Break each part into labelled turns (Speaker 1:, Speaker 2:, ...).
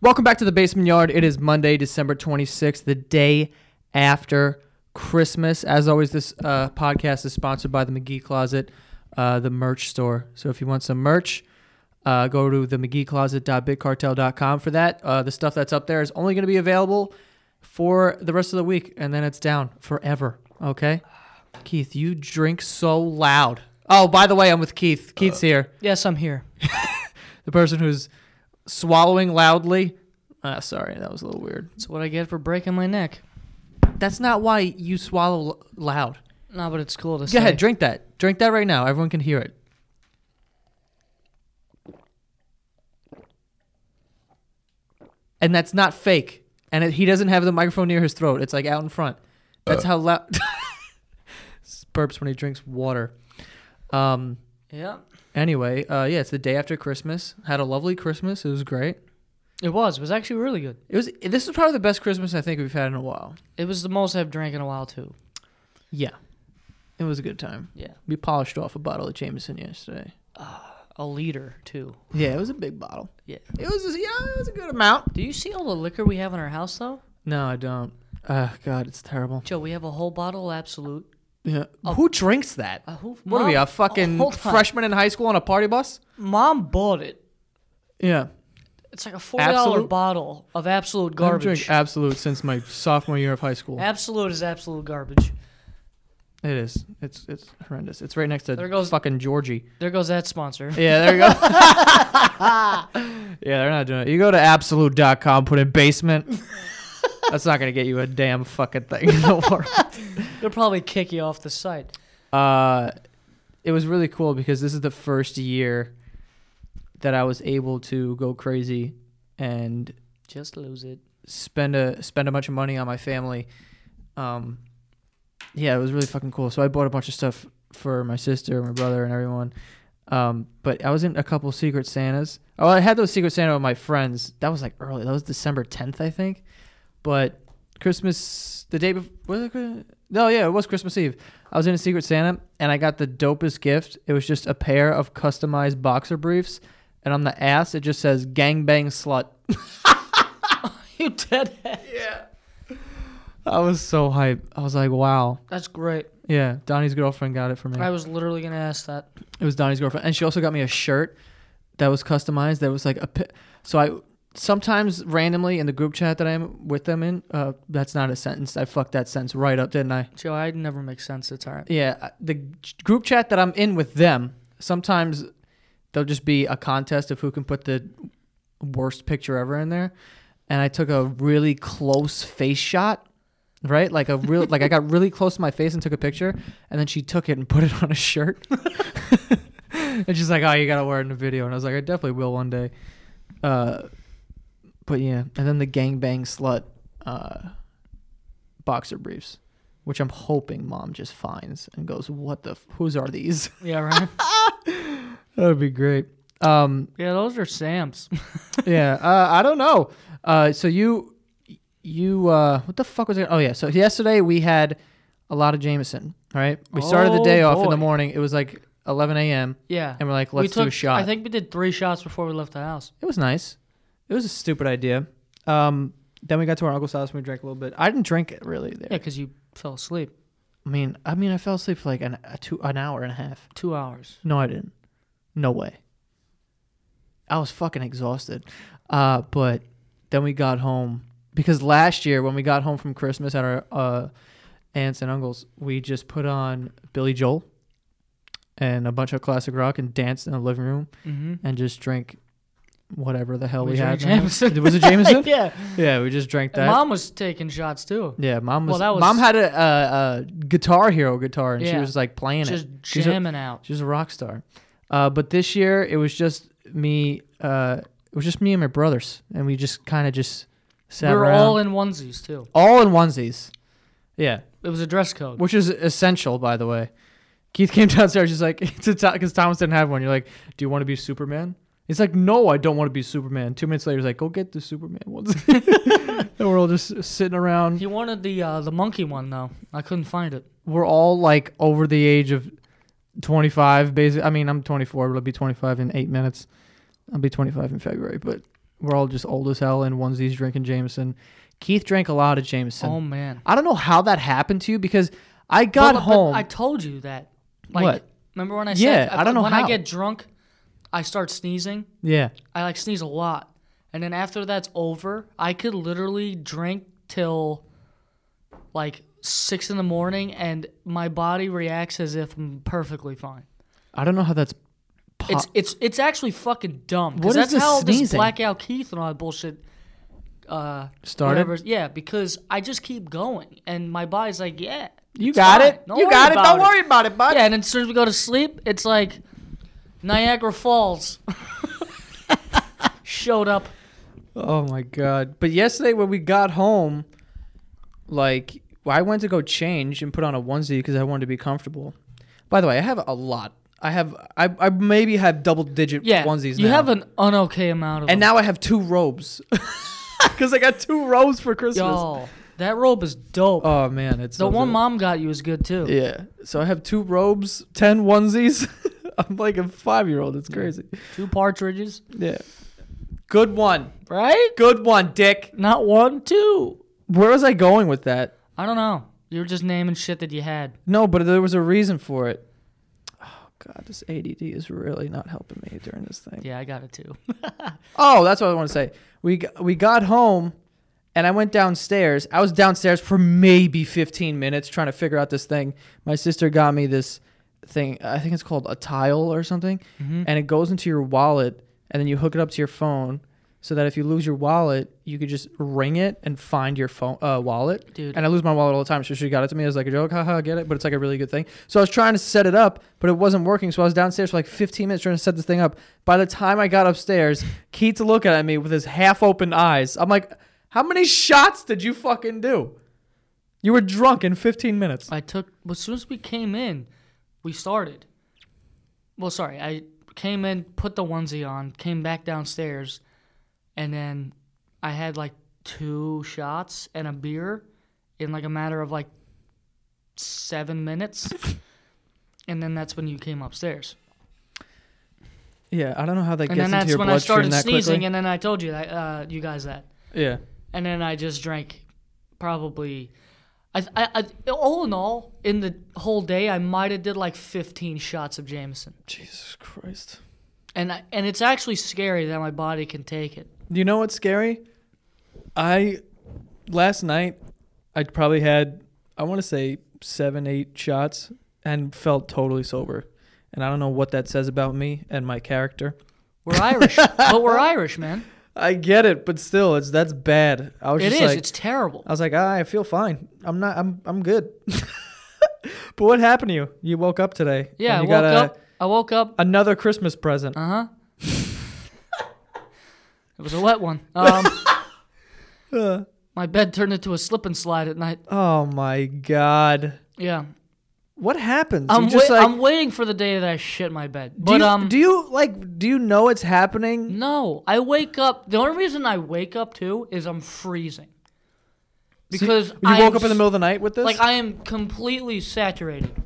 Speaker 1: Welcome back to the Basement Yard. It is Monday, December 26th, the day after Christmas. As always, this uh, podcast is sponsored by the McGee Closet, uh, the merch store. So if you want some merch, uh, go to the McGeeCloset.BigCartel.com for that. Uh, the stuff that's up there is only going to be available for the rest of the week, and then it's down forever. Okay, Keith, you drink so loud. Oh, by the way, I'm with Keith. Keith's here
Speaker 2: Yes, I'm here.
Speaker 1: the person who's swallowing loudly. Uh, sorry, that was a little weird.
Speaker 2: That's what I get for breaking my neck.
Speaker 1: That's not why you swallow l- loud.
Speaker 2: No, but it's cool to
Speaker 1: Go
Speaker 2: say.
Speaker 1: ahead, drink that. Drink that right now. Everyone can hear it. And that's not fake. And it, he doesn't have the microphone near his throat. It's like out in front. That's how loud. burps when he drinks water. Um.
Speaker 2: Yeah,
Speaker 1: Anyway, uh, yeah, it's the day after Christmas. Had a lovely Christmas. It was great.
Speaker 2: it was. It was actually really good.
Speaker 1: It was. This is probably the best Christmas I think we've had in a while.
Speaker 2: It was the most I've drank in a while too.
Speaker 1: Yeah, it was a good time.
Speaker 2: Yeah,
Speaker 1: We polished off a bottle of Jameson yesterday.
Speaker 2: a liter too.
Speaker 1: Yeah, it was a big bottle.
Speaker 2: Yeah.
Speaker 1: It was. Yeah, it was a good amount.
Speaker 2: Do you see all the liquor we have in our house though?
Speaker 1: No, I don't. Uh, God, it's terrible.
Speaker 2: Joe, we have a whole bottle of Absolute.
Speaker 1: Yeah. Oh. Who drinks that?
Speaker 2: Uh, who-
Speaker 1: what are we?
Speaker 2: Mom-
Speaker 1: A fucking
Speaker 2: Oh, hold on.
Speaker 1: freshman in high school on a party bus?
Speaker 2: Mom bought it.
Speaker 1: Yeah.
Speaker 2: It's like a forty dollar
Speaker 1: Absolute?
Speaker 2: bottle of Absolute
Speaker 1: I haven't
Speaker 2: garbage.
Speaker 1: drank Absolute since my sophomore year of high school.
Speaker 2: absolute is absolute garbage.
Speaker 1: It is. It's it's horrendous. It's right next to
Speaker 2: There goes-
Speaker 1: fucking Georgie.
Speaker 2: There goes that sponsor.
Speaker 1: Yeah, there you go. yeah, they're not doing it. You go to absolute.com, put in basement. That's not going to get you a damn fucking thing in the world.
Speaker 2: They'll probably kick you off the site.
Speaker 1: Uh, it was really cool because this is the first year that I was able to go crazy and
Speaker 2: Just lose it.
Speaker 1: spend a spend a bunch of money on my family. Um, yeah, it was really fucking cool. So I bought a bunch of stuff for my sister, my brother, and everyone. Um, but I was in a couple Secret Santas. Oh, I had those Secret Santa with my friends. That was like early. That was December tenth, I think. But Christmas, the day before. Was it? Chris- No, yeah, it was Christmas Eve. I was in a Secret Santa, and I got the dopest gift. It was just a pair of customized boxer briefs, and on the ass it just says "Gang Bang Slut."
Speaker 2: You deadhead.
Speaker 1: I was so hyped. I was like, wow.
Speaker 2: That's great.
Speaker 1: Yeah, Donnie's girlfriend got it for me.
Speaker 2: I was literally gonna ask that.
Speaker 1: It was Donnie's girlfriend, and she also got me a shirt that was customized. That was like a pi- so I sometimes randomly in the group chat that I'm with them in. Uh, that's not a sentence. I fucked that sentence right up, didn't I?
Speaker 2: Joe, I never make sense. It's all right.
Speaker 1: Yeah, I- the g- group chat that I'm in with them. Sometimes there'll just be a contest of who can put the worst picture ever in there, and I took a really close face shot. Right, like a real, like I got really close to my face and took a picture, and then she took it and put it on a shirt. and she's like, "Oh, you gotta wear it in the video," and I was like, "I definitely will one day." Uh, but yeah, and then the gangbang slut uh, boxer briefs, which I'm hoping mom just finds and goes, "What the? F- whose are these?"
Speaker 2: Yeah, right.
Speaker 1: that would be great. Um,
Speaker 2: yeah, those are Sam's.
Speaker 1: yeah, uh, I don't know. Uh, so you, you, uh, what the fuck was it? Oh yeah, so yesterday we had a lot of Jameson. All right, we started the
Speaker 2: Oh,
Speaker 1: day off in
Speaker 2: boy.
Speaker 1: the morning. It was like 11 a.m.
Speaker 2: Yeah.
Speaker 1: and we're like,
Speaker 2: We
Speaker 1: "Let's do a
Speaker 2: took-
Speaker 1: shot."
Speaker 2: I think we did three shots before we left the house.
Speaker 1: It was nice. It was a stupid idea. Um, then we got to our uncle's house and we drank a little bit. I didn't drink it really there.
Speaker 2: Yeah, because you fell asleep.
Speaker 1: I mean, I mean, I fell asleep for like an a two an hour and a half.
Speaker 2: Two hours.
Speaker 1: No, I didn't. No way. I was fucking exhausted. Uh, but then we got home because last year when we got home from Christmas at our uh, aunts and uncles, we just put on Billy Joel and a bunch of classic rock and danced in the living room
Speaker 2: Mm-hmm.
Speaker 1: and just drank whatever the hell we,
Speaker 2: We
Speaker 1: had.
Speaker 2: drank
Speaker 1: in the house.
Speaker 2: Jameson.
Speaker 1: Was it Jameson?
Speaker 2: yeah.
Speaker 1: Yeah, we just drank
Speaker 2: And
Speaker 1: that.
Speaker 2: Mom was taking shots too.
Speaker 1: yeah, mom was,
Speaker 2: Well, that was-
Speaker 1: mom had a, a, a guitar hero guitar and she
Speaker 2: Yeah.
Speaker 1: was like playing
Speaker 2: Just
Speaker 1: it. She's a,
Speaker 2: jamming out.
Speaker 1: she's a rock star. Uh, but this year it was just me. Uh, it was just me and my brothers, and we just kind of just
Speaker 2: We
Speaker 1: sat
Speaker 2: were
Speaker 1: around,
Speaker 2: all in onesies too.
Speaker 1: all in onesies. Yeah,
Speaker 2: It was a dress code.
Speaker 1: which is essential, by the way. Keith came downstairs. He's like, "It's because Thomas didn't have one." You're like, "Do you want to be Superman?" He's like, "No, I don't want to be Superman." Two minutes later, he's like, "Go get the Superman ones." and we're all just sitting around.
Speaker 2: He wanted the uh, the monkey one though. I couldn't find it.
Speaker 1: we're all like over the age of 25 basically i mean i'm 24 but i'll be 25 in eight minutes i'll be 25 in february but We're all just old as hell in onesies drinking Jameson. Keith drank a lot of Jameson.
Speaker 2: Oh man.
Speaker 1: I don't know how that happened to you because I got
Speaker 2: But- but- but
Speaker 1: home.
Speaker 2: I told you that.
Speaker 1: What?
Speaker 2: Remember when I
Speaker 1: Yeah,
Speaker 2: said
Speaker 1: I don't know
Speaker 2: when
Speaker 1: how.
Speaker 2: I get drunk, I start sneezing.
Speaker 1: yeah.
Speaker 2: I like sneeze a lot, and then after that's over, I could literally drink till like six in the morning, and my body reacts as if I'm perfectly fine.
Speaker 1: I don't know how that's. Po-
Speaker 2: It's it's it's actually fucking dumb. 'cause
Speaker 1: What is
Speaker 2: that's
Speaker 1: this
Speaker 2: how this
Speaker 1: sneezing?
Speaker 2: blackout Keith and all that bullshit. Uh,
Speaker 1: Started?
Speaker 2: whatever- Yeah, because I just keep going, and my body's like, yeah,
Speaker 1: you
Speaker 2: it's
Speaker 1: got
Speaker 2: fine.
Speaker 1: it. you
Speaker 2: worry
Speaker 1: got it.
Speaker 2: about
Speaker 1: Don't worry about it, bud.
Speaker 2: Yeah, and then as soon as we go to sleep, it's like Niagara Falls showed up.
Speaker 1: Oh my god! But yesterday when we got home, like I went to go change and put on a onesie because I wanted to be comfortable. By the way, I have a lot. I have I, I maybe have double digit
Speaker 2: Yeah,
Speaker 1: onesies.
Speaker 2: you
Speaker 1: now.
Speaker 2: have an unokay amount of
Speaker 1: and
Speaker 2: them.
Speaker 1: now I have two robes because I got two robes for Christmas.
Speaker 2: Y'all, that robe is dope.
Speaker 1: Oh man, it's
Speaker 2: the
Speaker 1: so
Speaker 2: one
Speaker 1: good.
Speaker 2: mom got you is good too.
Speaker 1: Yeah, so I have two robes, ten onesies. I'm like a five year old. It's crazy.
Speaker 2: Two partridges,
Speaker 1: Yeah, good one,
Speaker 2: right?
Speaker 1: good one, Dick.
Speaker 2: Not one, two.
Speaker 1: Where was I going with that?
Speaker 2: I don't know. You were just naming shit that you had.
Speaker 1: No, but there was a reason for it. Oh God, this ADD is really not helping me during this thing.
Speaker 2: Yeah, I got it too.
Speaker 1: Oh, that's what I want to say. We g- we got home, and I went downstairs. I was downstairs for maybe 15 minutes trying to figure out this thing. My sister got me this thing. I think it's called a tile or something,
Speaker 2: Mm-hmm.
Speaker 1: and it goes into your wallet, and then you hook it up to your phone. So that if you lose your wallet, you could just ring it and find your phone uh, wallet.
Speaker 2: Dude.
Speaker 1: And I lose my wallet all the time. So she got it to me as like a joke, haha, get it. But it's like a really good thing. So I was trying to set it up, but it wasn't working. So I was downstairs for like 15 minutes trying to set this thing up. By the time I got upstairs, Keith's looking at me with his half open eyes. I'm like, how many shots did you fucking do? You were drunk in 15 minutes.
Speaker 2: I took well, as soon as we came in, we started. Well, sorry, I came in, put the onesie on, came back downstairs, and then I had like two shots and a beer in like a matter of like seven minutes, and then that's when you came upstairs,
Speaker 1: Yeah, I don't know how that
Speaker 2: and
Speaker 1: gets
Speaker 2: then
Speaker 1: into
Speaker 2: that's
Speaker 1: your
Speaker 2: when I
Speaker 1: bloodstream
Speaker 2: started
Speaker 1: that
Speaker 2: sneezing,
Speaker 1: quickly.
Speaker 2: and then I told you that uh, you guys that.
Speaker 1: yeah.
Speaker 2: and then I just drank probably. I, I, I all in all in the whole day I might have did like 15 shots of Jameson,
Speaker 1: Jesus Christ.
Speaker 2: and I, and it's actually scary that my body can take it.
Speaker 1: You know what's scary? I last night I probably had I want to say seven, eight shots and felt totally sober. And I don't know what that says about me and my character.
Speaker 2: We're Irish, but we're Irish, man.
Speaker 1: I get it, but still, it's that's bad. I was
Speaker 2: It
Speaker 1: just
Speaker 2: is.
Speaker 1: like,
Speaker 2: it's terrible.
Speaker 1: I was like, ah, I feel fine. I'm not. I'm. I'm good. but what happened to you? You woke up today.
Speaker 2: Yeah, I
Speaker 1: and
Speaker 2: woke
Speaker 1: you got a,
Speaker 2: up. I woke up.
Speaker 1: another Christmas present.
Speaker 2: Uh huh. it was a wet one. Um,
Speaker 1: Uh,
Speaker 2: my bed turned into a slip and slide at night.
Speaker 1: oh my god.
Speaker 2: Yeah,
Speaker 1: What happens?
Speaker 2: I'm,
Speaker 1: you just
Speaker 2: wai-
Speaker 1: like
Speaker 2: I'm waiting for the day that I shit my bed.
Speaker 1: do
Speaker 2: But
Speaker 1: you,
Speaker 2: um, Mm,
Speaker 1: do you like do you know it's happening?
Speaker 2: No, I wake up. The only reason I wake up too is I'm freezing. Because
Speaker 1: you
Speaker 2: I
Speaker 1: woke
Speaker 2: am
Speaker 1: up in the
Speaker 2: s-
Speaker 1: middle of the night with this?
Speaker 2: Like I am completely saturated.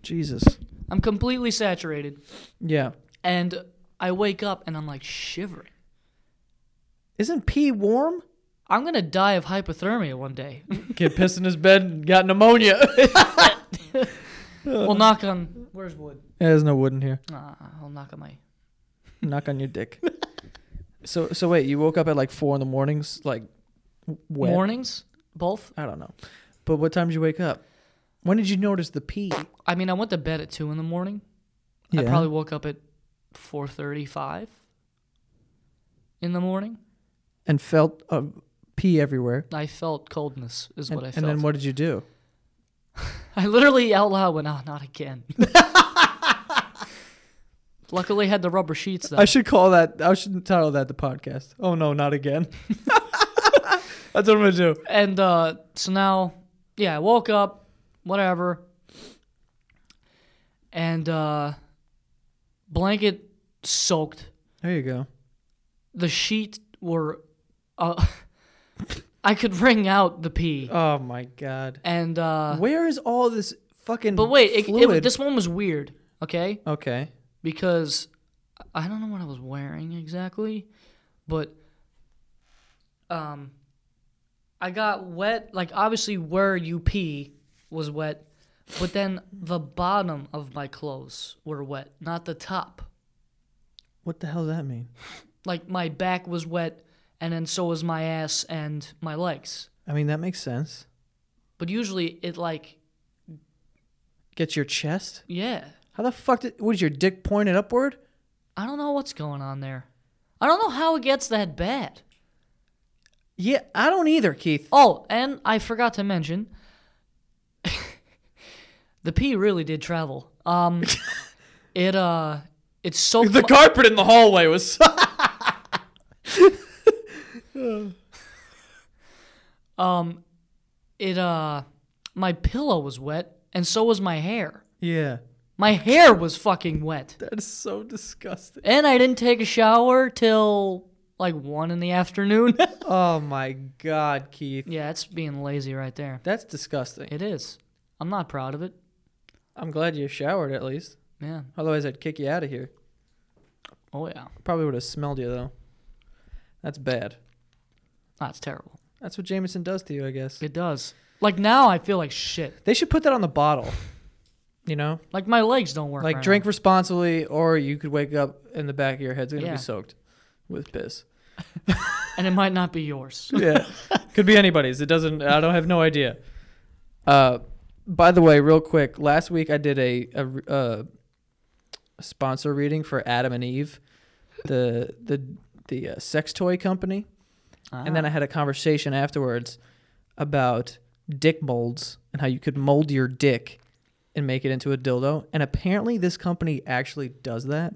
Speaker 1: Jesus.
Speaker 2: I'm completely saturated,
Speaker 1: Yeah.
Speaker 2: and I wake up and I'm like shivering.
Speaker 1: Isn't pee warm?
Speaker 2: I'm gonna die of hypothermia one day.
Speaker 1: Kid pissed in his bed and got pneumonia.
Speaker 2: well, knock on. Where's wood?
Speaker 1: There's no wood in here.
Speaker 2: Nah, I'll knock on my.
Speaker 1: Knock on your dick. so so wait, you woke up at like four in the mornings, like w- wet.
Speaker 2: Mornings, both.
Speaker 1: I don't know. But what time did you wake up? When did you notice the pee?
Speaker 2: I mean, I went to bed at two in the morning. I probably woke up at four thirty-five in the morning.
Speaker 1: and felt uh, pee everywhere.
Speaker 2: I felt coldness, is
Speaker 1: And,
Speaker 2: what I felt.
Speaker 1: and then what did you do?
Speaker 2: I literally out loud went, oh, not again. Luckily, had the rubber sheets though.
Speaker 1: I should call that. I should title that the podcast. Oh no, not again. That's what I'm gonna do.
Speaker 2: and uh, so now, yeah, I woke up, whatever, and uh, blanket soaked.
Speaker 1: There you go.
Speaker 2: The sheets were, uh, I could wring out the pee,
Speaker 1: Oh my god.
Speaker 2: and uh,
Speaker 1: Where is all this fucking?
Speaker 2: but wait, it,
Speaker 1: fluid?
Speaker 2: it, this one was weird. Okay,
Speaker 1: Okay.
Speaker 2: because I don't know what I was wearing exactly, but um, I got wet. Like obviously where you pee was wet, but then the bottom of my clothes were wet, not the top.
Speaker 1: What the hell does that mean?
Speaker 2: Like my back was wet, and then so was my ass and my legs.
Speaker 1: I mean, that makes sense.
Speaker 2: But usually it like
Speaker 1: Gets your chest?
Speaker 2: yeah.
Speaker 1: How the fuck did. What is your dick pointed upward?
Speaker 2: I don't know what's going on there. I don't know how it gets that bad.
Speaker 1: Yeah, I don't either, Keith.
Speaker 2: Oh, and I forgot to mention, the pee really did travel. Um, it uh, it soaked. my-
Speaker 1: carpet in the hallway was.
Speaker 2: um, it uh, my pillow was wet, and so was my hair.
Speaker 1: yeah.
Speaker 2: My hair was fucking wet,
Speaker 1: That is so disgusting.
Speaker 2: and I didn't take a shower till like one in the afternoon.
Speaker 1: Oh my God, Keith.
Speaker 2: yeah, that's being lazy right there.
Speaker 1: That's disgusting.
Speaker 2: It is. I'm not proud of it.
Speaker 1: I'm glad you showered at least.
Speaker 2: Yeah.
Speaker 1: Otherwise, I'd kick you out of here.
Speaker 2: Oh yeah.
Speaker 1: Probably would have smelled you, though. That's bad.
Speaker 2: That's terrible.
Speaker 1: That's what Jameson does to you, I guess.
Speaker 2: It does. Like now, I feel like shit.
Speaker 1: They should put that on the bottle. You know?
Speaker 2: Like my legs don't work.
Speaker 1: Like
Speaker 2: right
Speaker 1: drink responsibly, or you could wake up and the back of your head's gonna
Speaker 2: Yeah.
Speaker 1: be soaked with piss.
Speaker 2: now. and it might not be yours.
Speaker 1: Yeah, could be anybody's. It doesn't. I don't have no idea. Uh, by the way, real quick, last week I did a a, re- uh, a sponsor reading for Adam and Eve, the the the uh, sex toy company, and
Speaker 2: Ah.
Speaker 1: then I had a conversation afterwards about dick molds and how you could mold your dick and make it into a dildo. And apparently, this company actually does that.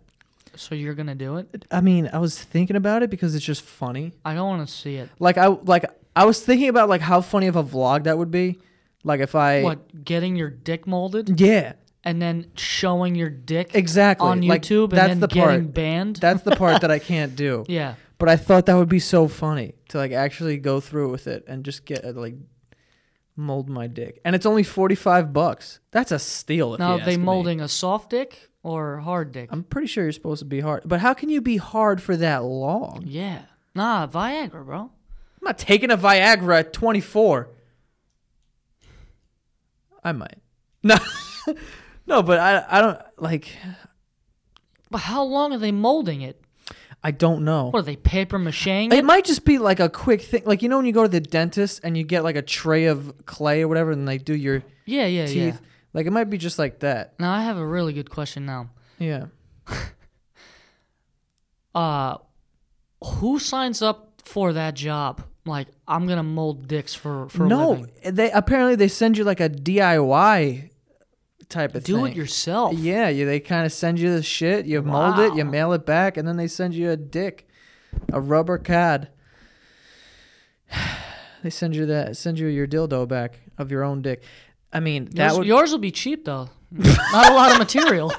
Speaker 2: so you're gonna do it?
Speaker 1: I mean, I was thinking about it because it's just funny.
Speaker 2: I don't want to see it.
Speaker 1: Like I like I was thinking about like how funny of a vlog that would be. Like if I
Speaker 2: What? Getting your dick molded
Speaker 1: Yeah,
Speaker 2: and then showing your dick
Speaker 1: exactly.
Speaker 2: on
Speaker 1: Like,
Speaker 2: YouTube
Speaker 1: that's
Speaker 2: and then
Speaker 1: the
Speaker 2: getting
Speaker 1: part.
Speaker 2: banned?
Speaker 1: That's the part that I can't do.
Speaker 2: yeah.
Speaker 1: But I thought that would be so funny to like actually go through with it and just get uh, like mold my dick. And it's only 45 bucks. That's a steal if
Speaker 2: Now
Speaker 1: you
Speaker 2: they
Speaker 1: ask me.
Speaker 2: molding a soft dick or a hard dick?
Speaker 1: I'm pretty sure you're supposed to be hard. But how can you be hard for that long? I'm
Speaker 2: yeah. Nah, Viagra, bro.
Speaker 1: not taking a Viagra at 24. I might. No. no, but I I don't like
Speaker 2: But how long are they molding it?
Speaker 1: I don't know.
Speaker 2: What are they paper macheing?
Speaker 1: It might just be like a quick thing, like you know when you go to the dentist and you get like a tray of clay or whatever, and they do your
Speaker 2: yeah, yeah, yeah.
Speaker 1: teeth. Like it might be just like that.
Speaker 2: Now I have a really good question now.
Speaker 1: Yeah.
Speaker 2: Uh who signs up for that job? Like I'm gonna mold dicks for for a
Speaker 1: no,
Speaker 2: living.
Speaker 1: they apparently they send you like a DIY type of
Speaker 2: Do
Speaker 1: thing.
Speaker 2: it yourself.
Speaker 1: Yeah, you, they kind of send you the shit. You mold it, you
Speaker 2: Wow.
Speaker 1: mail it back, and then they send you a dick, a rubber cad. they send you that, send you your dildo back of your own dick. I mean, that
Speaker 2: yours,
Speaker 1: would
Speaker 2: yours will be cheap though. Not a lot of material.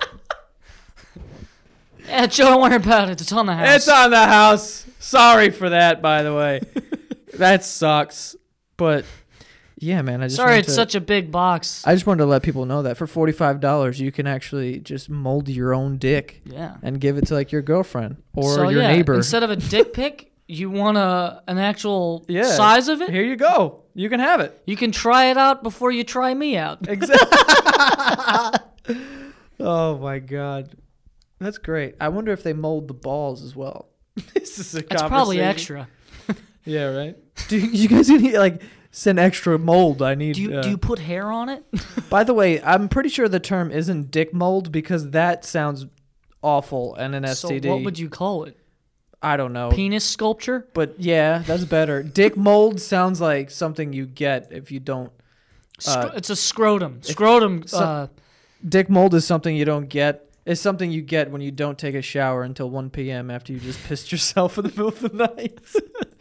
Speaker 2: yeah, Joe, don't worry about it. It's on the house.
Speaker 1: It's on the house. Sorry for that, by the way. that sucks. But yeah, man, I just
Speaker 2: Sorry,
Speaker 1: wanted
Speaker 2: it's
Speaker 1: to,
Speaker 2: such a big box.
Speaker 1: I just wanted to let people know that for forty five dollars, you can actually just mold your own dick
Speaker 2: yeah.
Speaker 1: and give it to like your girlfriend or
Speaker 2: so
Speaker 1: your
Speaker 2: yeah,
Speaker 1: neighbor.
Speaker 2: instead of a dick pic, you want a an actual
Speaker 1: Yeah.
Speaker 2: size of it.
Speaker 1: Here you go. You can have it.
Speaker 2: You can try it out before you try me out.
Speaker 1: Exactly. oh my god, that's great. I wonder if they mold the balls as well. this is a
Speaker 2: That's probably
Speaker 1: conversation.
Speaker 2: extra.
Speaker 1: Yeah, right. Do you guys need like send extra mold? I need.
Speaker 2: Do you
Speaker 1: uh,
Speaker 2: do you put hair on it?
Speaker 1: By the way, I'm pretty sure the term isn't dick mold because that sounds awful and an
Speaker 2: so
Speaker 1: STD.
Speaker 2: what would you call it?
Speaker 1: I don't know.
Speaker 2: Penis sculpture?
Speaker 1: but yeah, that's better. dick mold sounds like something you get if you don't.
Speaker 2: Scr- it's a scrotum. Scrotum.
Speaker 1: Uh, so-
Speaker 2: uh,
Speaker 1: Dick mold is something you don't get. It's something you get when you don't take a shower until 1 p.m. after you just pissed yourself in the middle of the night.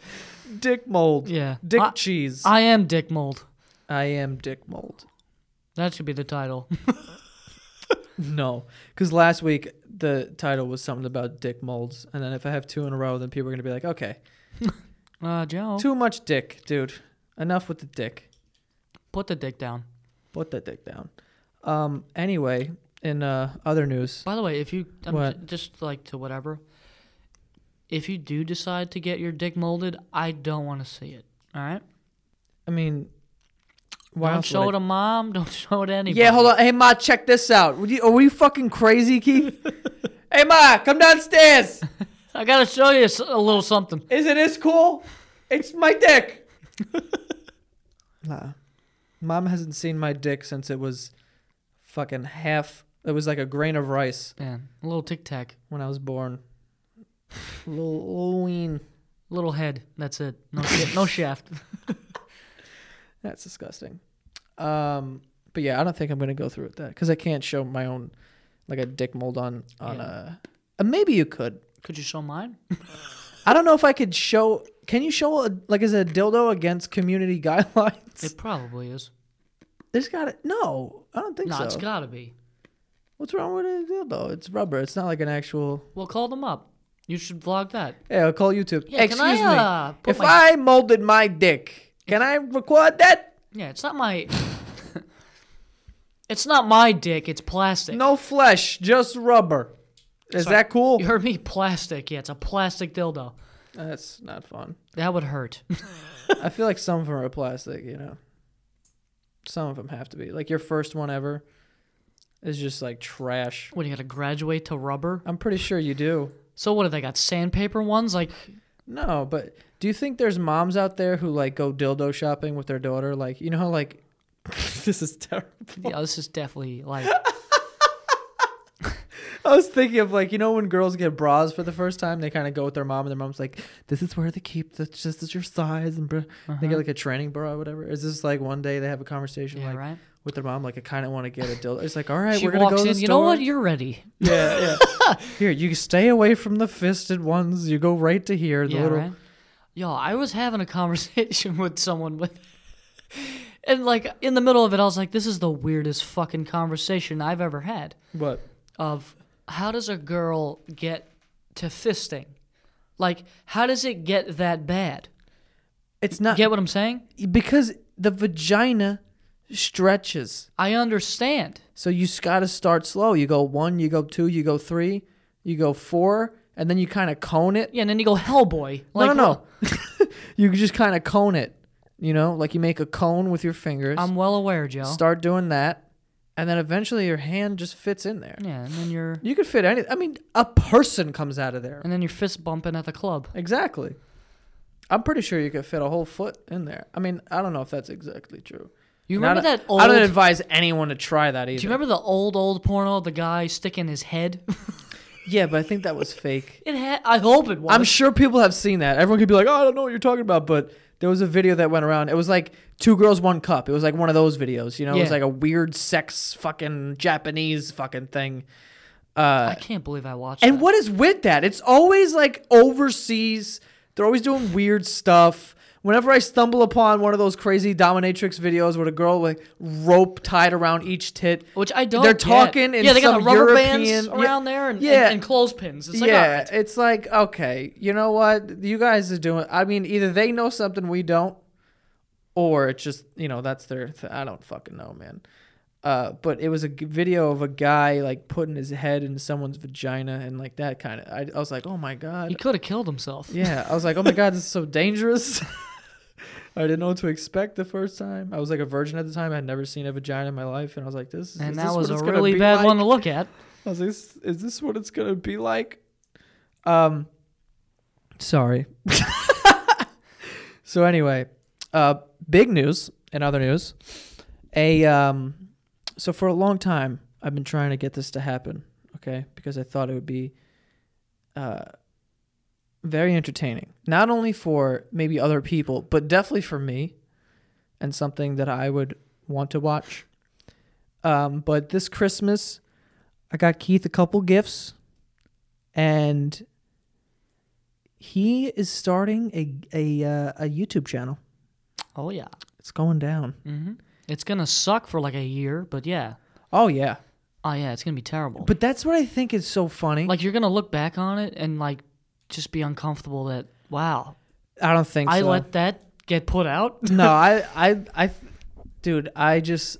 Speaker 1: dick mold.
Speaker 2: yeah.
Speaker 1: Dick
Speaker 2: I,
Speaker 1: cheese. I,
Speaker 2: I am dick mold.
Speaker 1: am dick mold.
Speaker 2: That should be the title.
Speaker 1: No, because last week the title was something about dick molds, and then if I have two in a row, then people are gonna be like, okay.
Speaker 2: Uh, Joe,
Speaker 1: Too much dick, dude. Enough with the dick.
Speaker 2: put the dick down.
Speaker 1: Put that dick down. Um. Anyway, in uh, other news,
Speaker 2: By the way, if you I'm
Speaker 1: What?
Speaker 2: j- just like to whatever, if you do decide to get your dick molded, I don't want to see it. All right.
Speaker 1: I mean, why
Speaker 2: don't
Speaker 1: else
Speaker 2: show
Speaker 1: would
Speaker 2: it
Speaker 1: I-
Speaker 2: to mom. Don't show it to anybody.
Speaker 1: Yeah, hold on. Hey, Ma, check this out. Were you, are you fucking crazy, Keith? hey, Ma, come downstairs.
Speaker 2: I gotta show you s- a little something.
Speaker 1: Isn't this cool? It's my dick. nah. Mom hasn't seen my dick since it was fucking half. It was like a grain of rice
Speaker 2: Man, a little tic tac,
Speaker 1: when I was born. little, little ween.
Speaker 2: little head. That's it. No, shit, no shaft.
Speaker 1: That's disgusting. Um, but yeah, I don't think I'm gonna go through with that because I can't show my own like a dick mold on on
Speaker 2: Yeah.
Speaker 1: a. Uh, maybe you could.
Speaker 2: Could you show mine?
Speaker 1: I don't know if I could show. Can you show a, like is it a dildo against community guidelines?
Speaker 2: It probably is.
Speaker 1: There's got to No, I don't think
Speaker 2: No,
Speaker 1: so.
Speaker 2: it's gotta be.
Speaker 1: What's wrong with a dildo? It's rubber. It's not like an actual.
Speaker 2: Well, call them up. You should vlog that.
Speaker 1: Hey, I'll call YouTube.
Speaker 2: Yeah, can
Speaker 1: Excuse
Speaker 2: I,
Speaker 1: me.
Speaker 2: uh, put
Speaker 1: if
Speaker 2: my-
Speaker 1: I molded my dick, can I record that?
Speaker 2: Yeah, it's not my. it's not my dick. It's plastic.
Speaker 1: No flesh, just rubber. Is
Speaker 2: Sorry.
Speaker 1: that cool?
Speaker 2: You heard me? Plastic. Yeah, it's a plastic dildo.
Speaker 1: That's not fun.
Speaker 2: That would hurt.
Speaker 1: I feel like some of them are plastic, you know. Some of them have to be. Like your first one ever is just like trash.
Speaker 2: what, you gotta graduate to rubber?
Speaker 1: I'm pretty sure you do.
Speaker 2: So what, do they got sandpaper ones? Like,
Speaker 1: No, but do you think there's moms out there who like go dildo shopping with their daughter? Like, you know how like this is terrible.
Speaker 2: yeah, this is definitely like.
Speaker 1: I was thinking of like, you know, when girls get bras for the first time, they kind of go with their mom, and their mom's like, "This is where they keep this. This is your size," and bra. they get like a training bra or whatever. Is this like one day they have a conversation
Speaker 2: Uh-huh. Yeah,
Speaker 1: like
Speaker 2: right?
Speaker 1: with their mom, like, "I kind of want to get a dildo." It's like, all right,
Speaker 2: she
Speaker 1: we're gonna
Speaker 2: walks
Speaker 1: go. To
Speaker 2: in.
Speaker 1: the
Speaker 2: You know what?
Speaker 1: store."
Speaker 2: You're ready.
Speaker 1: Yeah, yeah. here, you stay away from the fisted ones. You go right to here. The
Speaker 2: yeah,
Speaker 1: little.
Speaker 2: right? Yo, I was having a conversation with someone with. And like in the middle of it, I was like, "This is the weirdest fucking conversation I've ever had."
Speaker 1: What?
Speaker 2: Of how does a girl get to fisting? Like, how does it get that bad?
Speaker 1: It's not
Speaker 2: Get what I'm saying?
Speaker 1: because the vagina stretches.
Speaker 2: I understand.
Speaker 1: So you s- gotta start slow. You go one, you go two, you go three, you go four, and then you kind of cone it.
Speaker 2: Yeah, and then you go Hellboy.
Speaker 1: no, no,
Speaker 2: Like,
Speaker 1: no. you just kind of cone it. You know, like you make a cone with your fingers.
Speaker 2: I'm Um, well aware, Joe.
Speaker 1: start doing that, and then eventually your hand just fits in there.
Speaker 2: Yeah, and then you're
Speaker 1: You could fit any. I mean, a person comes out of there.
Speaker 2: and then you're fist bumping at the club.
Speaker 1: Exactly. I'm pretty sure you could fit a whole foot in there. I mean, I don't know if that's exactly true.
Speaker 2: You
Speaker 1: And I
Speaker 2: remember
Speaker 1: don't-
Speaker 2: that old?
Speaker 1: I don't advise anyone to try that either.
Speaker 2: do you remember the old old porno of the guy sticking his head?
Speaker 1: Yeah, but I think that was fake.
Speaker 2: it had. I hope it was.
Speaker 1: I'm sure people have seen that. Everyone could be like, oh, I don't know what you're talking about, but there was a video that went around. It was like two girls, one cup. It was like one of those videos, you know? It was
Speaker 2: Yeah.
Speaker 1: like a weird sex fucking Japanese fucking thing.
Speaker 2: I can't believe I watched.
Speaker 1: And
Speaker 2: that.
Speaker 1: what is with that? It's always like overseas. They're always doing weird stuff. Whenever I stumble upon one of those crazy dominatrix videos with a girl with rope tied around each tit,
Speaker 2: Which I don't.
Speaker 1: they're
Speaker 2: get.
Speaker 1: talking in
Speaker 2: Yeah, they got
Speaker 1: some
Speaker 2: the rubber bands
Speaker 1: European- yeah,
Speaker 2: around there and,
Speaker 1: yeah.
Speaker 2: and, and clothespins. It's like,
Speaker 1: yeah,
Speaker 2: all right.
Speaker 1: it's like okay, you know what? You guys are doing. I mean, either they know something we don't, or it's just you know that's their. Th- I don't fucking know, man. Uh, but it was a g- video of a guy like putting his head in someone's vagina and like that kind of. I, I was like, oh my god.
Speaker 2: he could have killed himself.
Speaker 1: Yeah, I was like, oh my god, this is so dangerous. I didn't know what to expect the first time. I was like a virgin at the time. I had never seen a vagina in my life, and I was like, this. is
Speaker 2: And
Speaker 1: this
Speaker 2: that
Speaker 1: what
Speaker 2: was a
Speaker 1: it's gonna
Speaker 2: really
Speaker 1: be
Speaker 2: bad
Speaker 1: like?
Speaker 2: one to look at.
Speaker 1: I was like, is, is this what it's gonna be like? Um, sorry. so anyway, uh, big news and other news. A um, so for a long time I've been trying to get this to happen. Okay, because I thought it would be, uh, very entertaining. Not only for maybe other people, but definitely for me, and something that I would want to watch. Um, but this Christmas, I got Keith a couple gifts, and he is starting a a uh, a YouTube channel.
Speaker 2: Oh yeah.
Speaker 1: It's going down.
Speaker 2: hmm It's gonna suck for like a year, but yeah.
Speaker 1: Oh yeah,
Speaker 2: Oh yeah, it's gonna be terrible.
Speaker 1: but that's what I think is so funny.
Speaker 2: like you're gonna look back on it and like just be uncomfortable that wow
Speaker 1: I don't think
Speaker 2: i
Speaker 1: so.
Speaker 2: let that get put out
Speaker 1: no, I I I, dude, I just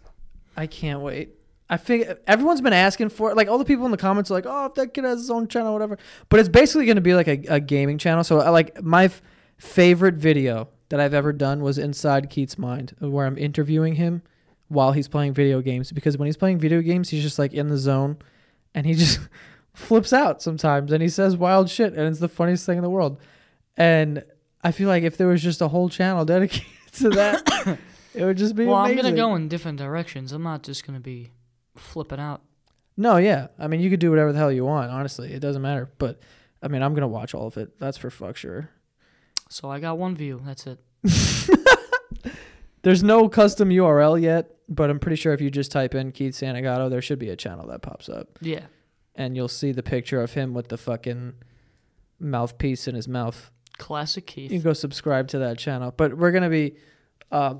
Speaker 1: I can't wait. I think everyone's been asking for it. Like all the people in the comments are like, "Oh, if that kid has his own channel, whatever." But it's basically going to be like a, a gaming channel. So I like my f- favorite video that I've ever done was inside Keats' mind, where I'm interviewing him while he's playing video games. Because when he's playing video games, he's just like in the zone, and he just flips out sometimes, and he says wild shit, and it's the funniest thing in the world. And I feel like if there was just a whole channel dedicated to that, it would just be.
Speaker 2: Well, I'm
Speaker 1: amazing.
Speaker 2: gonna go in different directions. I'm not just gonna be flipping out.
Speaker 1: No, yeah. I mean, you could do whatever the hell you want. Honestly, it doesn't matter. But I mean, I'm gonna watch all of it. That's for fuck sure.
Speaker 2: So I got one view. That's it.
Speaker 1: There's no custom URL yet, but I'm pretty sure if you just type in Keith Santagato, there should be a channel that pops up,
Speaker 2: Yeah.
Speaker 1: and you'll see the picture of him with the fucking mouthpiece in his mouth.
Speaker 2: Classic
Speaker 1: You
Speaker 2: Keith.
Speaker 1: can go subscribe to that channel. But we're gonna be uh,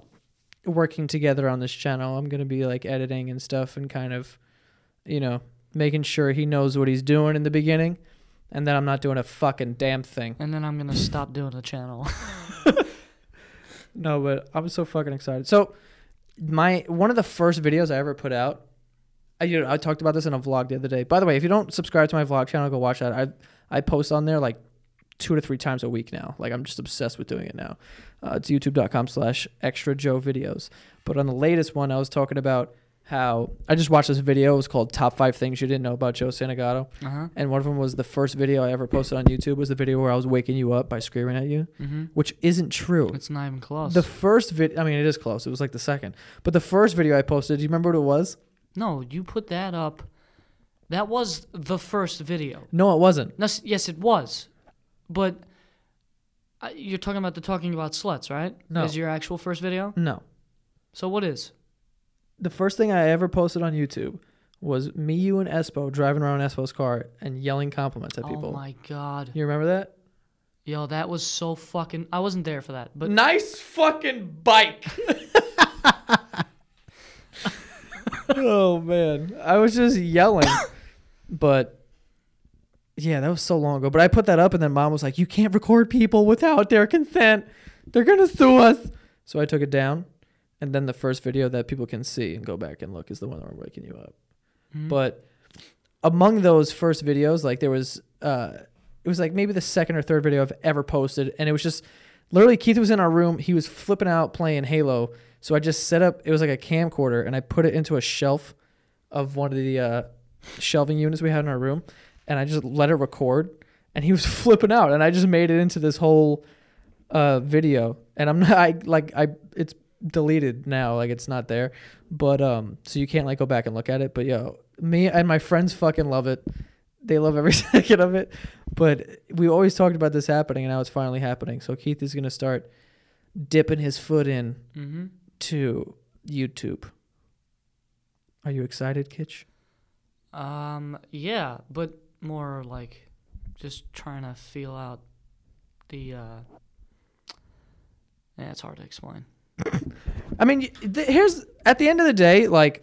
Speaker 1: working together on this channel. I'm gonna be like editing and stuff, and kind of, you know, making sure he knows what he's doing in the beginning, and then I'm not doing a fucking damn thing.
Speaker 2: And then I'm gonna stop doing the channel.
Speaker 1: No, but I'm so fucking excited. So my one of the first videos I ever put out. I, you know, I talked about this in a vlog the other day. By the way, if you don't subscribe to my vlog channel, go watch that. I I post on there like two to three times a week now. Like I'm just obsessed with doing it now. Uh, it's youtube.com slash extra Joe videos. But on the latest one, I was talking about how I just watched this video. It was called Top Five Things You Didn't Know About Joe Santagato.
Speaker 2: Uh huh.
Speaker 1: And one of them was the first video I ever posted on YouTube was the video where I was waking you up by screaming at you,
Speaker 2: hmm
Speaker 1: which isn't true.
Speaker 2: It's not even close.
Speaker 1: The first video, I mean, it is close. It was like the second, but the first video I posted. Do you remember what it was?
Speaker 2: no, you put that up. That was the first video.
Speaker 1: No, it wasn't.
Speaker 2: No, s- yes, it was, but uh, you're talking about the talking about sluts, right?
Speaker 1: No.
Speaker 2: Is your actual first video?
Speaker 1: No,
Speaker 2: So what is?
Speaker 1: the first thing I ever posted on YouTube was me, you, and Espo driving around Espo's car and yelling compliments at
Speaker 2: Oh
Speaker 1: people.
Speaker 2: my god.
Speaker 1: You remember that?
Speaker 2: Yo, that was so fucking. I wasn't there for that, but
Speaker 1: nice fucking bike. oh man, I was just yelling, but. Yeah, that was so long ago. But I put that up, and then mom was like, "You can't record people without their consent. They're gonna sue us." So I took it down, and then the first video that people can see and go back and look is the one where I'm waking you up. But among those first videos, like there was, uh, it was like maybe the second or third video I've ever posted, and it was just literally Keith was in our room. He was flipping out playing Halo. So I just set up. It was like a camcorder, and I put it into a shelf of one of the uh, shelving units we had in our room, and I just let it record. And he was flipping out, and I just made it into this whole uh, video. And I'm not I, like I it's deleted now, like it's not there. But um, so you can't like go back and look at it. But yo, me and my friends fucking love it. They love every second of it. But we always talked about this happening, and now it's finally happening. So Keith is gonna start dipping his foot in
Speaker 2: hmm
Speaker 1: to YouTube. Are you excited, Kitch?
Speaker 2: um, yeah, but more like just trying to feel out the. uh Yeah, it's hard to explain.
Speaker 1: I mean, y- th- here's at the end of the day, like,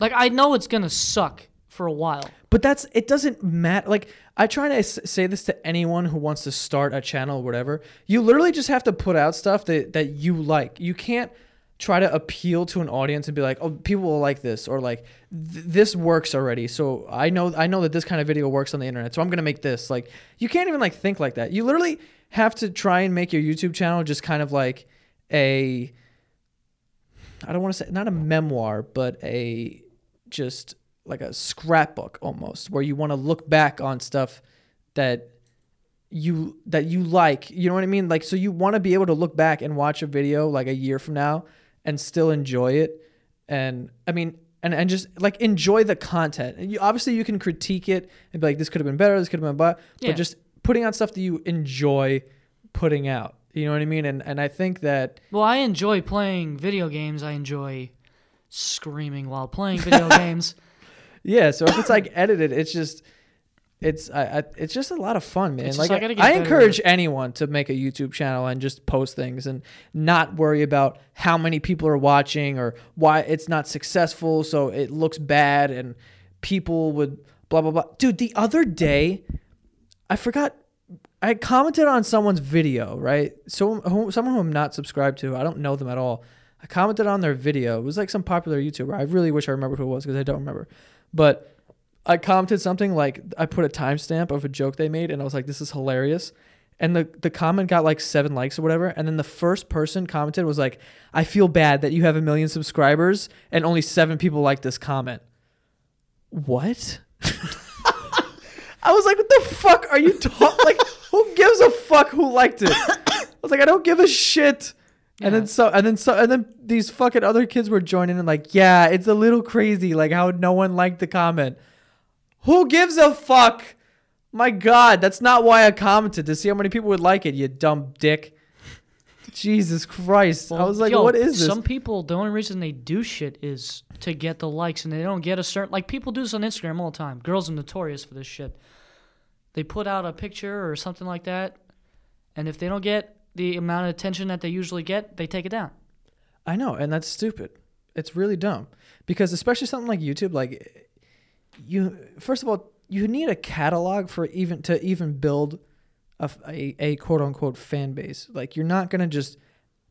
Speaker 2: Like I know it's gonna suck for a while.
Speaker 1: but that's it doesn't matter. Like, I try to s- say this to anyone who wants to start a channel or whatever. You literally just have to put out stuff that that you like. You can't try to appeal to an audience and be like, oh, people will like this or like th- this works already. So I know I know that this kind of video works on the internet. So I'm gonna make this. Like, you can't even like think like that. You literally have to try and make your YouTube channel just kind of like a I don't want to say not a memoir, but a just like a scrapbook almost, where you want to look back on stuff that you that you like. You know what I mean? Like so you want to be able to look back and watch a video like a year from now and still enjoy it. And I mean and, and just like enjoy the content. And You, obviously, you can critique it and be like, "This could have been better. This could have been," but
Speaker 2: Yeah.
Speaker 1: but just putting out stuff that you enjoy putting out. You know what I mean? And and I think that
Speaker 2: Well, I enjoy playing video games. I enjoy screaming while playing video games.
Speaker 1: Yeah, so if it's like edited, it's just it's I, I it's just a lot of fun, man.
Speaker 2: It's just
Speaker 1: like
Speaker 2: I gotta get
Speaker 1: I,
Speaker 2: better
Speaker 1: encourage anyone to make a YouTube channel and just post things and not worry about how many people are watching or why it's not successful, so it looks bad and people would blah blah blah. Dude, the other day I forgot I commented on someone's video, right? So who, someone who I'm not subscribed to, I don't know them at all. I commented on their video. It was like some popular YouTuber. I really wish I remembered who it was because I don't remember. But I commented something like I put a timestamp of a joke they made, and I was like, "This is hilarious." And the, the comment got like seven likes or whatever. And then the first person commented was like, I feel bad that you have a million subscribers and only seven people like this comment. What? I was like, what the fuck are you talking? like, who gives a fuck who liked it? I was like, I don't give a shit. And
Speaker 2: Yeah.
Speaker 1: then so, and then so, and then these fucking other kids were joining and like, yeah, it's a little crazy, like how no one liked the comment. Who gives a fuck? My God, that's not why I commented to see how many people would like it. You dumb dick. Jesus Christ! I
Speaker 2: Well,
Speaker 1: was like,
Speaker 2: yo,
Speaker 1: what is this?
Speaker 2: Some people, the only reason they do shit is to get the likes, and they don't get a certain like people do this on Instagram all the time. Girls are notorious for this shit. They put out a picture or something like that, and if they don't get the amount of attention that they usually get, they take it down.
Speaker 1: I know, and that's stupid. It's really dumb because especially something like YouTube, like you first of all, you need a catalog for even to even build a, f- a- a quote unquote fan base. Like you're not gonna just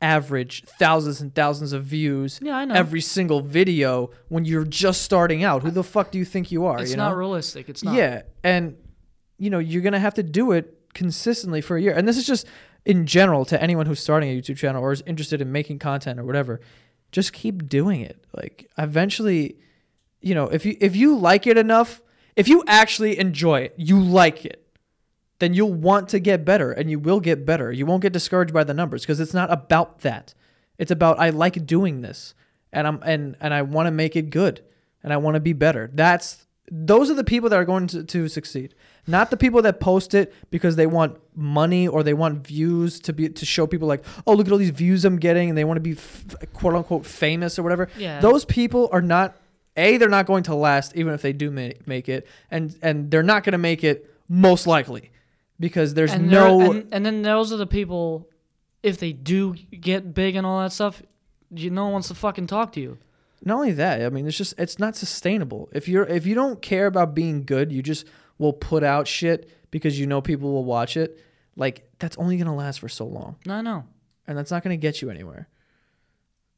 Speaker 1: average thousands and thousands of views
Speaker 2: Yeah, I know.
Speaker 1: every single video when you're just starting out. Who the fuck do you think you are?
Speaker 2: it's
Speaker 1: you
Speaker 2: not
Speaker 1: know?
Speaker 2: realistic. It's not.
Speaker 1: Yeah, and you know you're gonna have to do it consistently for a year. And this is just in general to anyone who's starting a YouTube channel or is interested in making content or whatever. Just keep doing it. Like eventually, you know, if you if you like it enough, if you actually enjoy it, you like it, then you'll want to get better, and you will get better. You won't get discouraged by the numbers because it's not about that. It's about I like doing this, and I'm and and I want to make it good, and I want to be better. That's those are the people that are going to, to succeed, not the people that post it because they want money or they want views to be to show people like, oh look at all these views I'm getting, and they want to be f- quote unquote famous or whatever.
Speaker 2: Yeah.
Speaker 1: Those people are not a they're not going to last even if they do ma- make it, and and they're not going to make it most likely because there's
Speaker 2: and there-
Speaker 1: no
Speaker 2: and, and then those are the people. If they do get big and all that stuff, you, no one wants to fucking talk to you.
Speaker 1: not only that i mean it's just it's not sustainable if you're if you don't care about being good you just will put out shit because you know people will watch it like that's only going to last for so long
Speaker 2: No, no.
Speaker 1: and that's not going to get you anywhere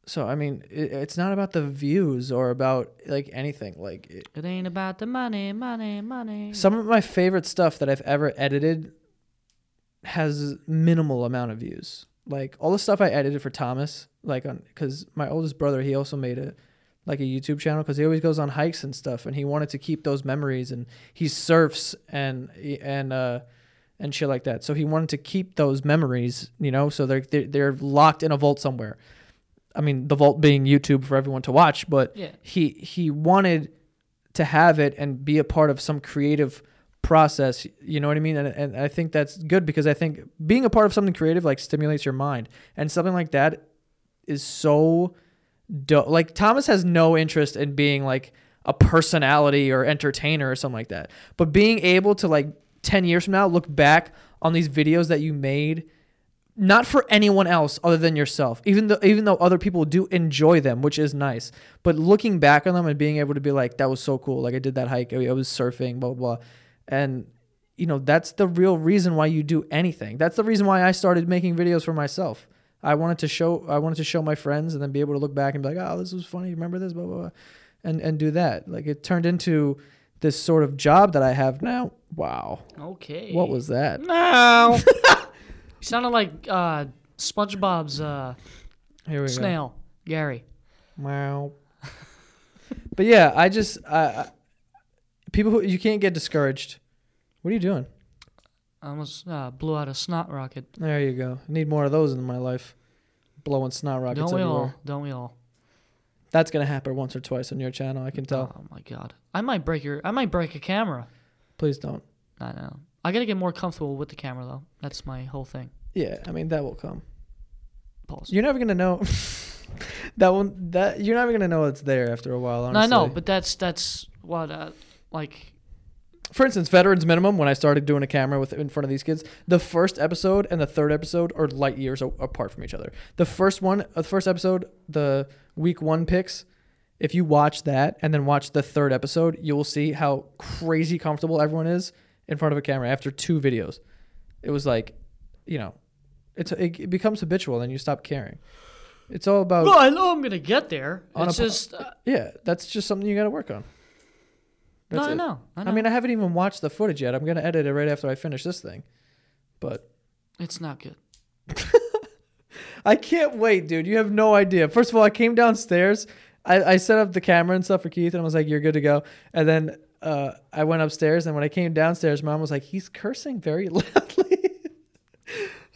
Speaker 1: so i mean it, it's not about the views or about like anything like it,
Speaker 2: It ain't about the money, money, money.
Speaker 1: some of my favorite stuff that I've ever edited has minimal amount of views. Like all the stuff I edited for Thomas, like on because my oldest brother he also made a like a YouTube channel because he always goes on hikes and stuff, and he wanted to keep those memories and he surfs and and uh and shit like that. So he wanted to keep those memories, you know, so they're they're, they're locked in a vault somewhere. I mean, the vault being YouTube for everyone to watch, but
Speaker 2: Yeah.
Speaker 1: he he wanted to have it and be a part of some creative process you know what i mean and, and i think that's good because i think being a part of something creative like stimulates your mind and something like that is so do- like thomas has no interest in being like a personality or entertainer or something like that but being able to like 10 years from now look back on these videos that you made not for anyone else other than yourself. Even though even though other people do enjoy them, which is nice. But looking back on them and being able to be like, that was so cool. Like I did that hike. I I was surfing. Blah blah. blah. And you know that's the real reason why you do anything. That's the reason why I started making videos for myself. I wanted to show I wanted to show my friends and then be able to look back and be like, oh, this was funny. Remember this? Blah blah. blah. And and do that. Like it turned into this sort of job that I have now. Wow.
Speaker 2: Okay.
Speaker 1: What was that?
Speaker 2: No. you sounded like uh, SpongeBob's uh,
Speaker 1: Here we go.
Speaker 2: snail, Gary.
Speaker 1: Wow. but yeah, I just uh, people who you can't get discouraged. What are you doing?
Speaker 2: I almost uh, blew out a snot rocket.
Speaker 1: There you go. I need more of those in my life. Blowing snot rockets
Speaker 2: don't we
Speaker 1: everywhere.
Speaker 2: all? Don't we all?
Speaker 1: That's gonna happen once or twice on your channel. I can tell.
Speaker 2: Oh my god. I might break your. I might break a camera.
Speaker 1: Please don't.
Speaker 2: I know. I gotta get more comfortable with the camera though. That's my whole thing.
Speaker 1: Yeah, I mean that will come.
Speaker 2: Pause.
Speaker 1: You're never gonna know. that one. That you're never gonna know it's there after a while.
Speaker 2: no, I
Speaker 1: Honestly.
Speaker 2: know, but that's that's what uh, like.
Speaker 1: for instance, veterans minimum. When I started doing a camera with in front of these kids, the first episode and the third episode are light years a- apart from each other. The first one, uh, the first episode, the week one picks. If you watch that and then watch the third episode, you will see how crazy comfortable everyone is in front of a camera after two videos. It was like, you know, it's it becomes habitual and you stop caring. It's all about
Speaker 2: Well, I know I'm gonna get there.
Speaker 1: Oh. On
Speaker 2: It's
Speaker 1: a po-
Speaker 2: just uh,
Speaker 1: yeah. That's just something you got to work on.
Speaker 2: no,
Speaker 1: That's
Speaker 2: I
Speaker 1: it.
Speaker 2: know. I know.
Speaker 1: I mean, I haven't even watched the footage yet. I'm gonna edit it right after I finish this thing, but.
Speaker 2: it's not good.
Speaker 1: I can't wait, dude. You have no idea. First of all, I came downstairs. I, I set up the camera and stuff for Keith, and I was like, "You're good to go." And then uh, I went upstairs, and when I came downstairs, Mom was like, "He's cursing very loudly."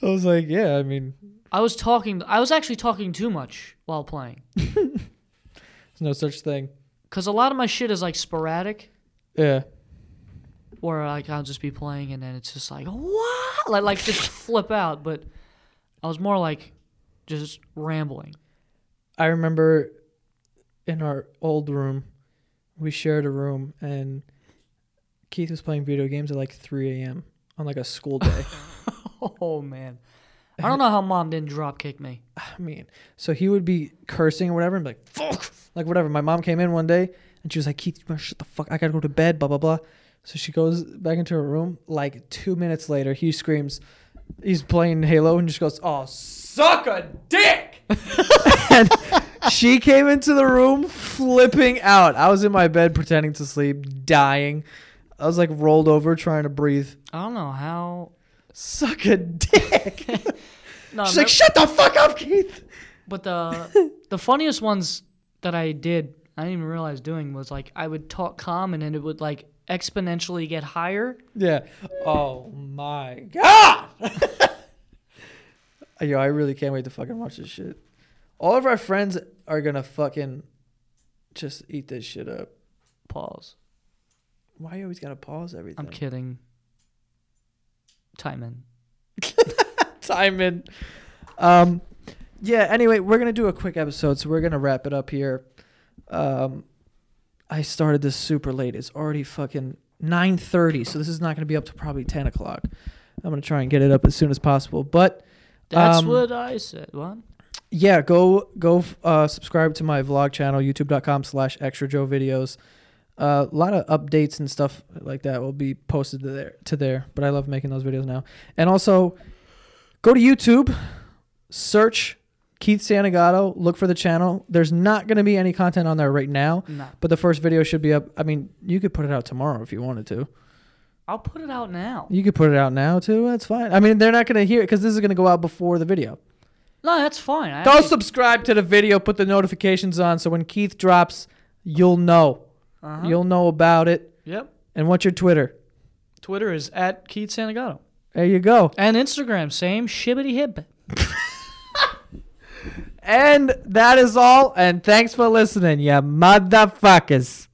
Speaker 1: I was like, "Yeah, I mean,
Speaker 2: I was talking. I was actually talking too much while playing,
Speaker 1: there's no such thing."
Speaker 2: because a lot of my shit is like sporadic,
Speaker 1: Yeah,
Speaker 2: where like I'll just be playing and then it's just like what, like like just flip out. But I was more like just rambling.
Speaker 1: I remember in our old room, we shared a room, and Keith was playing video games at like 3 a.m. on like a school day.
Speaker 2: Oh man, I don't know how mom didn't drop kick me.
Speaker 1: I mean, so he would be cursing or whatever and be like, fuck, like whatever. My mom came in one day and she was like, Keith, you better shut the fuck, I gotta go to bed, blah, blah, blah. So she goes back into her room. Like two minutes later, he screams, he's playing Halo and just goes, oh, suck a dick. and she came into the room flipping out. I was in my bed pretending to sleep, dying. I was like rolled over trying to breathe.
Speaker 2: I don't know how.
Speaker 1: Suck a dick.
Speaker 2: No,
Speaker 1: She's
Speaker 2: me-
Speaker 1: like, shut the fuck up, Keith.
Speaker 2: But the the funniest ones that I did, I didn't even realize doing was like I would talk calm and then it would like exponentially get higher.
Speaker 1: Yeah. Oh my god. Yo, I really can't wait to fucking watch this shit. All of our friends are gonna fucking just eat this shit up.
Speaker 2: Pause.
Speaker 1: Why you always gotta pause everything?
Speaker 2: I'm kidding. Time in.
Speaker 1: Time in. Um, yeah. Anyway, we're gonna do a quick episode, so we're gonna wrap it up here. Um, I started this super late. It's already fucking nine thirty, so this is not gonna be up to probably ten o'clock. I'm gonna try and get it up as soon as possible, but.
Speaker 2: That's
Speaker 1: Um,
Speaker 2: what I said. What?
Speaker 1: yeah go go f- uh, subscribe to my vlog channel youtube.com slash extra joe videos Uh, a lot of updates and stuff like that will be posted to there to there but i love making those videos now and also go to youtube search keith santagato look for the channel there's not going to be any content on there right now
Speaker 2: No.
Speaker 1: but the first video should be up i mean you could put it out tomorrow if you wanted to
Speaker 2: I'll put it out now.
Speaker 1: you could put it out now too that's fine i mean they're not going to hear it because this is going to go out before the video
Speaker 2: No, that's fine. I
Speaker 1: Go
Speaker 2: actually-
Speaker 1: subscribe to the video. Put the notifications on so when Keith drops, you'll know.
Speaker 2: Uh-huh.
Speaker 1: You'll know about it.
Speaker 2: Yep.
Speaker 1: And what's your Twitter?
Speaker 2: Twitter is at Keith Santagato.
Speaker 1: There you go.
Speaker 2: And Instagram, same shibbity hib.
Speaker 1: And that is all. And thanks for listening, you motherfuckers.